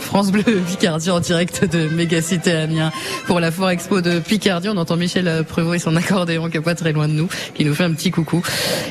France Bleu Picardie en direct de Mégacité Amiens pour la Foire Expo de Picardie. On entend Michel Prévost et son accordéon qui est pas très loin de nous, qui nous fait un petit coucou.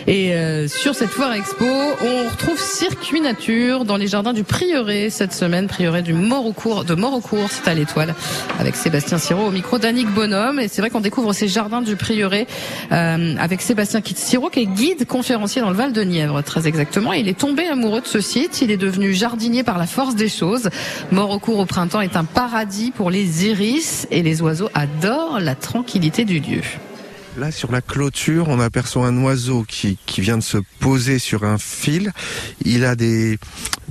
Et euh, sur cette Foire Expo, on retrouve Circuit Nature dans les jardins du Prieuré cette semaine, Prieuré du Morocourt, de Morocourt, c'est à l'étoile, avec Sébastien Siro au micro d'Annick Bonhomme. Et c'est vrai qu'on découvre ces jardins du Prieuré euh, avec Sébastien Siro qui est guide conférencier dans le Val de Nièvre, très exactement. Et il est tombé amoureux de ce site, il est devenu jardinier par la force des choses. Morocourt au printemps est un paradis pour les iris et les oiseaux adorent la tranquillité du lieu. Là, sur la clôture, on aperçoit un oiseau qui, qui vient de se poser sur un fil. Il a des,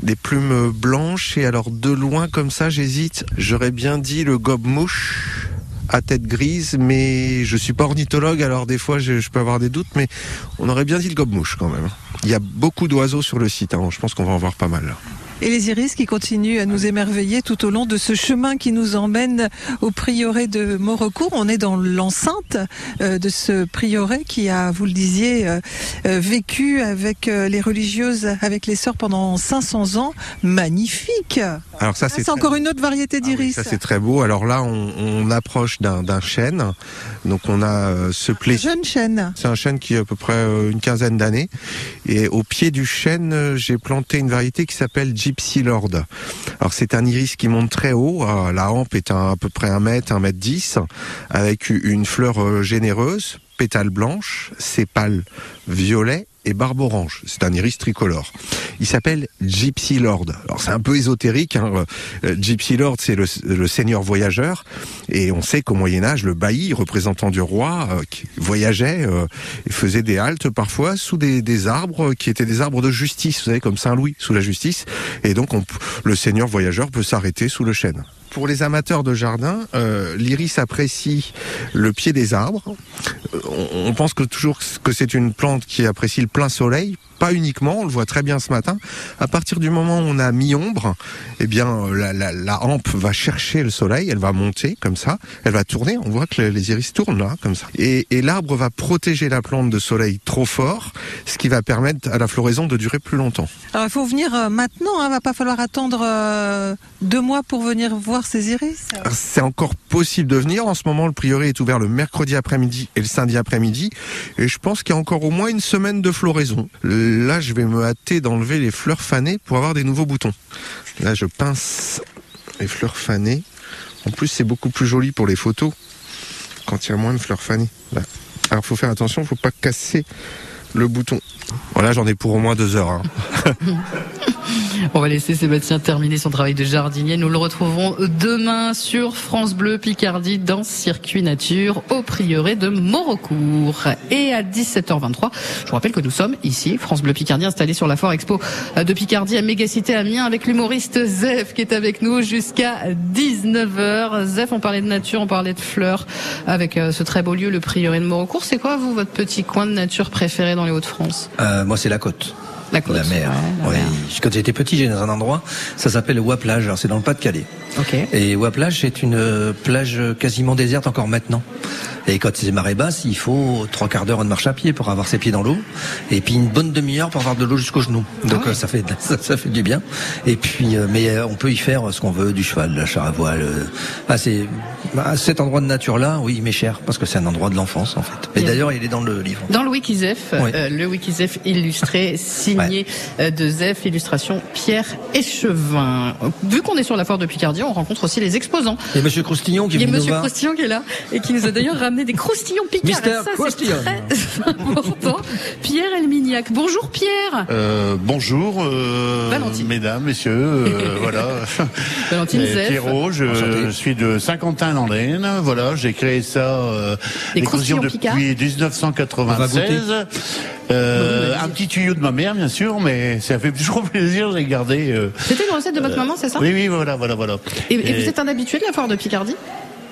des plumes blanches et alors de loin comme ça, j'hésite. J'aurais bien dit le gobe-mouche à tête grise, mais je suis pas ornithologue, alors des fois je, je peux avoir des doutes, mais on aurait bien dit le gobe-mouche quand même. Il y a beaucoup d'oiseaux sur le site, hein. je pense qu'on va en voir pas mal. Et les iris qui continuent à nous émerveiller tout au long de ce chemin qui nous emmène au prieuré de Maurecourt. On est dans l'enceinte euh, de ce prieuré qui a, vous le disiez, euh, euh, vécu avec euh, les religieuses, avec les sœurs pendant 500 ans. Magnifique Alors ça Ah, c'est C'est très- encore une autre variété Ah oui, d'iris. ça c'est très beau. Alors là, on, on approche d'un d'un chêne, donc on a euh, ce Un plaisir. Jeune chêne. C'est un chêne qui a à peu près euh, une quinzaine d'années. Et au pied du chêne, euh, j'ai planté une variété qui s'appelle Gypsy Lord. Alors c'est un iris qui monte très haut. Euh, La hampe est à, à peu près 1 mètre, 1 mètre 10, avec u- une fleur euh, généreuse, pétales blanches, sépales violet et barbe orange. C'est un iris tricolore. Il s'appelle Gypsy Lord. Alors c'est un peu ésotérique. Hein. Euh, Gypsy Lord, c'est le, le seigneur voyageur. Et on sait qu'au Moyen Âge, le bailli, représentant du roi, euh, qui voyageait euh, et faisait des haltes parfois sous des, des arbres euh, qui étaient des arbres de justice, vous savez, comme Saint-Louis, sous la justice. Et donc on p- le seigneur voyageur peut s'arrêter sous le chêne. Pour les amateurs de jardin, euh, l'iris apprécie le pied des arbres. Euh, On, on pense que toujours que c'est une plante qui apprécie le plein soleil, pas uniquement, on le voit très bien ce matin. À partir du moment où on a mi-ombre, eh bien euh, la, la, la hampe va chercher le soleil, elle va monter comme ça, elle va tourner, on voit que les- les iris tournent là, comme ça. Et, et l'arbre va protéger la plante de soleil trop fort, ce qui va permettre à la floraison de durer plus longtemps. Alors il faut venir euh, maintenant, hein, va pas falloir attendre euh, deux mois pour venir voir ces iris. C'est encore possible de venir. En ce moment, le prieuré est ouvert le mercredi après-midi et le samedi après-midi. Et je pense qu'il y a encore au moins une semaine de floraison. Là, je vais me hâter d'enlever les fleurs fanées pour avoir des nouveaux boutons. Là, je pince les fleurs fanées. En plus, c'est beaucoup plus joli pour les photos quand il y a moins de fleurs fanées. Là. Alors, faut faire attention, faut pas casser le bouton. Voilà, j'en ai pour au moins deux heures. hein. On va laisser Sébastien terminer son travail de jardinier. Nous le retrouverons demain sur France Bleu Picardie dans Circuit Nature au prieuré de Maurecourt. Et à 17h23, je vous rappelle que nous sommes ici, France Bleu Picardie, installé sur la Foire Expo de Picardie à Mégacité Amiens avec l'humoriste Zef qui est avec nous jusqu'à 19h. Zef, on parlait de nature, on parlait de fleurs avec euh, ce très beau lieu, le prieuré de Maurecourt. C'est quoi, vous, votre petit coin de nature préféré dans les Hauts-de-France Euh, moi, c'est la côte. La côte, La mer. hein. ouais, la Ouais. mer. Quand j'étais petit, j'étais dans un endroit, ça s'appelle Waplage. Alors, c'est dans le Pas-de-Calais. Ok. Et Waplage, c'est une euh, plage quasiment déserte encore maintenant. Et quand c'est marée basse, il faut trois quarts d'heure de marche à pied pour avoir ses pieds dans l'eau. Et puis une bonne demi-heure pour avoir de l'eau jusqu'aux genoux. Donc euh, ça, fait, ça, ça fait du bien. Et puis, euh, mais euh, on peut y faire ce qu'on veut, du cheval, de la char à voile. euh. Ah, c'est, bah, cet endroit de nature-là, oui, il m'est cher, parce que c'est un endroit de l'enfance, en fait. Et Bien. d'ailleurs, il est dans le livre. Dans le Wikizef, Oui. euh, le Wikizef illustré, signé euh, de Zef, illustration Pierre Échevin. Vu qu'on est sur la foire de Picardie, on rencontre aussi les exposants. Il y a Monsieur Croustillon qui Il y est a venu nous Monsieur voir. Croustillon qui est là et qui nous a d'ailleurs ramené des croustillons picards. Mister Et ça, c'est Croustillon. très important. Pierre Elminiac. Bonjour Pierre. Euh, bonjour, euh, Valentine. mesdames, messieurs, euh, voilà. Valentine Et Zef. Pierrot, je Enchanté. suis de Saint-Quentin-Lanlaine. Voilà, j'ai créé ça, euh, Des les croustillons croustillons depuis On 1996. Euh, Bon, vas-y. un petit tuyau de ma mère, bien sûr, mais ça fait toujours plaisir. J'ai gardé. euh, C'était une recette de votre maman, c'est ça Oui, oui, voilà, voilà, voilà. et, et Et- vous êtes un habitué de la foire de Picardie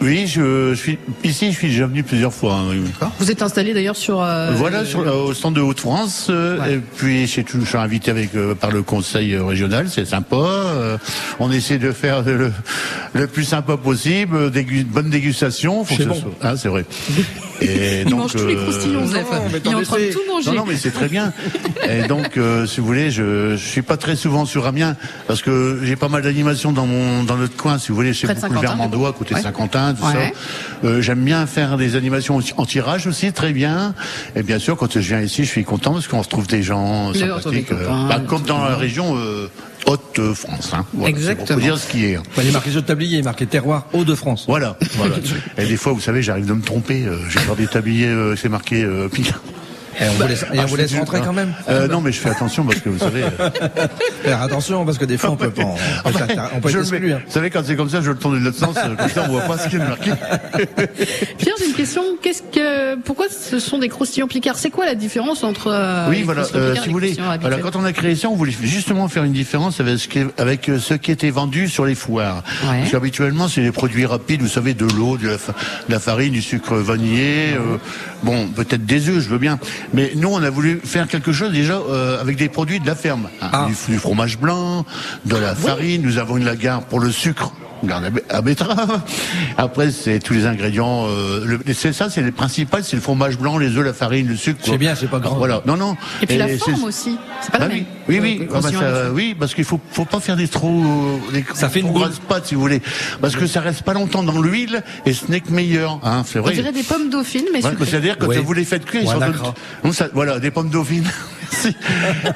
Oui, je, je suis ici. Je suis déjà venu plusieurs fois. hein, oui. Vous êtes installé d'ailleurs sur... euh, Voilà, sur, la- au stand de Haute-France. euh, Ouais. Et puis, j'ai tout- je suis invité avec, euh, par le conseil euh, régional, c'est sympa. euh, on essaie de faire le, le plus sympa possible, euh, dégu- bonne dégustation. Faut que ce soit- hein, c'est vrai. Et Il mange tous les croustillons, Zeph. euh, non, mais Il est en attendez, train de c'est- tout manger. Non, non, mais c'est très bien. Et donc, euh, si vous voulez, je, je suis pas très souvent sur Amiens parce que j'ai pas mal d'animations dans mon dans notre coin. Si vous voulez, chez Près de beaucoup de Saint-Quentin, Vermandois, du coup. côté Ouais. Saint-Quentin, tout Ouais. ça. Euh, J'aime bien faire des animations aussi- en tirage aussi, très bien. Et bien sûr, quand je viens ici, je suis content parce qu'on retrouve des gens Le- on retrouve des sympathiques, euh, copains, bah, comme dans la région euh, Haute-France. Hein. Voilà, c'est pour Exactement. vous dire ce qui est. hein. Il est marqué sur le tablier, il est marqué terroir Hauts-de-France. Voilà, voilà. Et des fois, vous savez, j'arrive de me tromper. euh, J'ai peur des tabliers, euh, c'est marqué euh, Picard. Et on vous laisse, et Ah, on je vous fais laisse du- rentrer hein. quand même. Euh, Non, mais je fais attention parce que vous savez. euh, Faire attention parce que des fois on peut pas, on peut être inter- on peut je être le mets. exclu. hein. Vous savez, quand c'est comme ça, je le tourne de l'autre sens. euh, Comme ça, on voit pas ce qui est marqué. Pierre, j'ai une question. Qu'est-ce que, pourquoi ce sont des croustillons picards C'est quoi la différence entre euh, oui, les voilà. croustillons euh, picards et si les vous voulez, croustillons voilà, habituels quand on a créé ça, on voulait justement faire une différence avec ce qui, est- avec euh, ce qui était vendu sur les foires. Ouais. Parce qu'habituellement, c'est des produits rapides. Vous savez, de l'eau, de la, fa- de la farine, du sucre vanillé. euh, bon, peut-être des œufs, je veux bien. Mais nous, on a voulu faire quelque chose déjà euh, avec des produits de la ferme. hein. Ah. Du f- du fromage blanc, de la farine, nous avons une lagarde pour le sucre. Garde à be- à betterave. Après, c'est tous les ingrédients. euh, le- c'est ça, c'est les principales, c'est le fromage blanc, les œufs, la farine, le sucre. C'est bien, c'est pas grand. Voilà. Ah, Non, non. Et puis la c'est- forme aussi. C'est pas Ah la oui, même. oui, Euh, oui. les Ah bah croustillons ça, et les croustillons. oui, parce qu'il faut, faut pas faire des trous, euh, des Ça fait une trous boule. rase-pâtes, si vous voulez, parce que ça reste pas longtemps dans l'huile et ce n'est que meilleur. Hein, c'est On vrai. dirait des pommes dauphines, mais Voilà, sucrées. C'est-à-dire quand Oui. vous les faites cuire, ils Ou un sortent de- acra. Non, ça- voilà, des pommes dauphines. Si.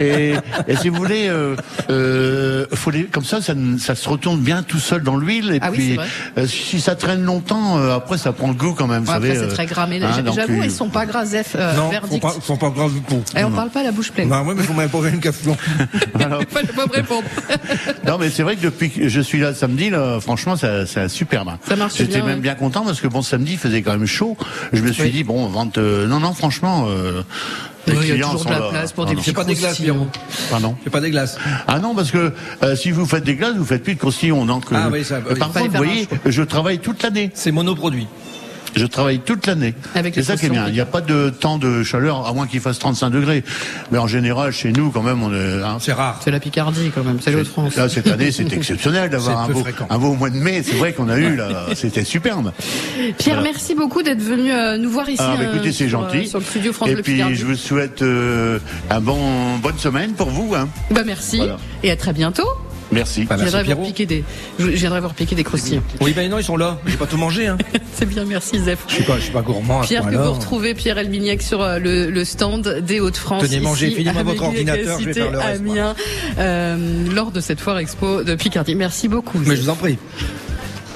et, et si vous voulez, euh, euh, faut les, comme ça, ça, ne- ça se retourne bien tout seul dans l'huile. Et Ah oui, puis, c'est vrai. euh, si ça traîne longtemps, euh, après ça prend le goût quand même. Vous Ouais, savez, Après, c'est euh, très gras, mais hein, donc, j'avoue, euh, ils sont pas gras, Zef. euh, Non, faut verdict. pas, faut pas grave du coup. Ah Et on parle pas à la bouche pleine. Bah ouais, mais faut même pas une cafouille. voilà. Faut pas me répondre. Non, mais c'est vrai que depuis que je suis là samedi, là, franchement, ça, ça super bien. Ça marche J'étais bien, même ouais. bien content parce que bon, samedi, il faisait quand même chaud. Je me suis Oui. dit, bon, vente, euh, non, non, franchement, euh, les Oui, il y a clients toujours sont de la là. place pour Ah des non. petits J'ai pas des glaces, croustillons. Pierrot. Pardon. J'ai pas des glaces. Ah non, parce que euh, si vous faites des glaces, vous faites plus de croustillons. Donc, Ah euh, oui, ça, euh, oui. par Fallait contre, vous faire un voyez, je travaille toute l'année. C'est monoproduit. Je travaille toute l'année. Avec C'est les ça qui est bien. potions. Il n'y a pas de temps de chaleur, à moins qu'il fasse 35 degrés. Mais en général, chez nous, quand même, on est. hein, C'est rare. C'est la Picardie quand même, c'est l'autre France. Là, cette année, c'est exceptionnel d'avoir C'est un peu beau, fréquent. un beau mois de mai. C'est vrai qu'on a eu, là. C'était superbe. euh, Pierre, merci beaucoup d'être venu euh, nous voir ici. Ah, bah, euh, écoutez, c'est sur, gentil. euh, Sur le studio France Et Bleu puis, Picardie. je vous souhaite euh, un bon, bonne semaine pour vous. Hein. Bah, merci Voilà. et à très bientôt. Merci. Bah, Je merci, viendrai vous Pierrot. piquer des, je viendrai vous piquer des croustillons. Oui, ben non, ils sont là. J'ai pas tout mangé, hein. C'est bien, merci Zef. Je suis pas, je suis pas gourmand. à ce Pierre que point-là. vous retrouvez, Pierre Elmignac sur euh, le, le stand des Hauts-de-France. Tenez, ici, mangez, filez-moi à votre Béguet, ordinateur, je vais cité faire le reste, Amiens, euh, lors de cette foire expo de Picardie. Merci beaucoup. Mais Zef. je vous en prie.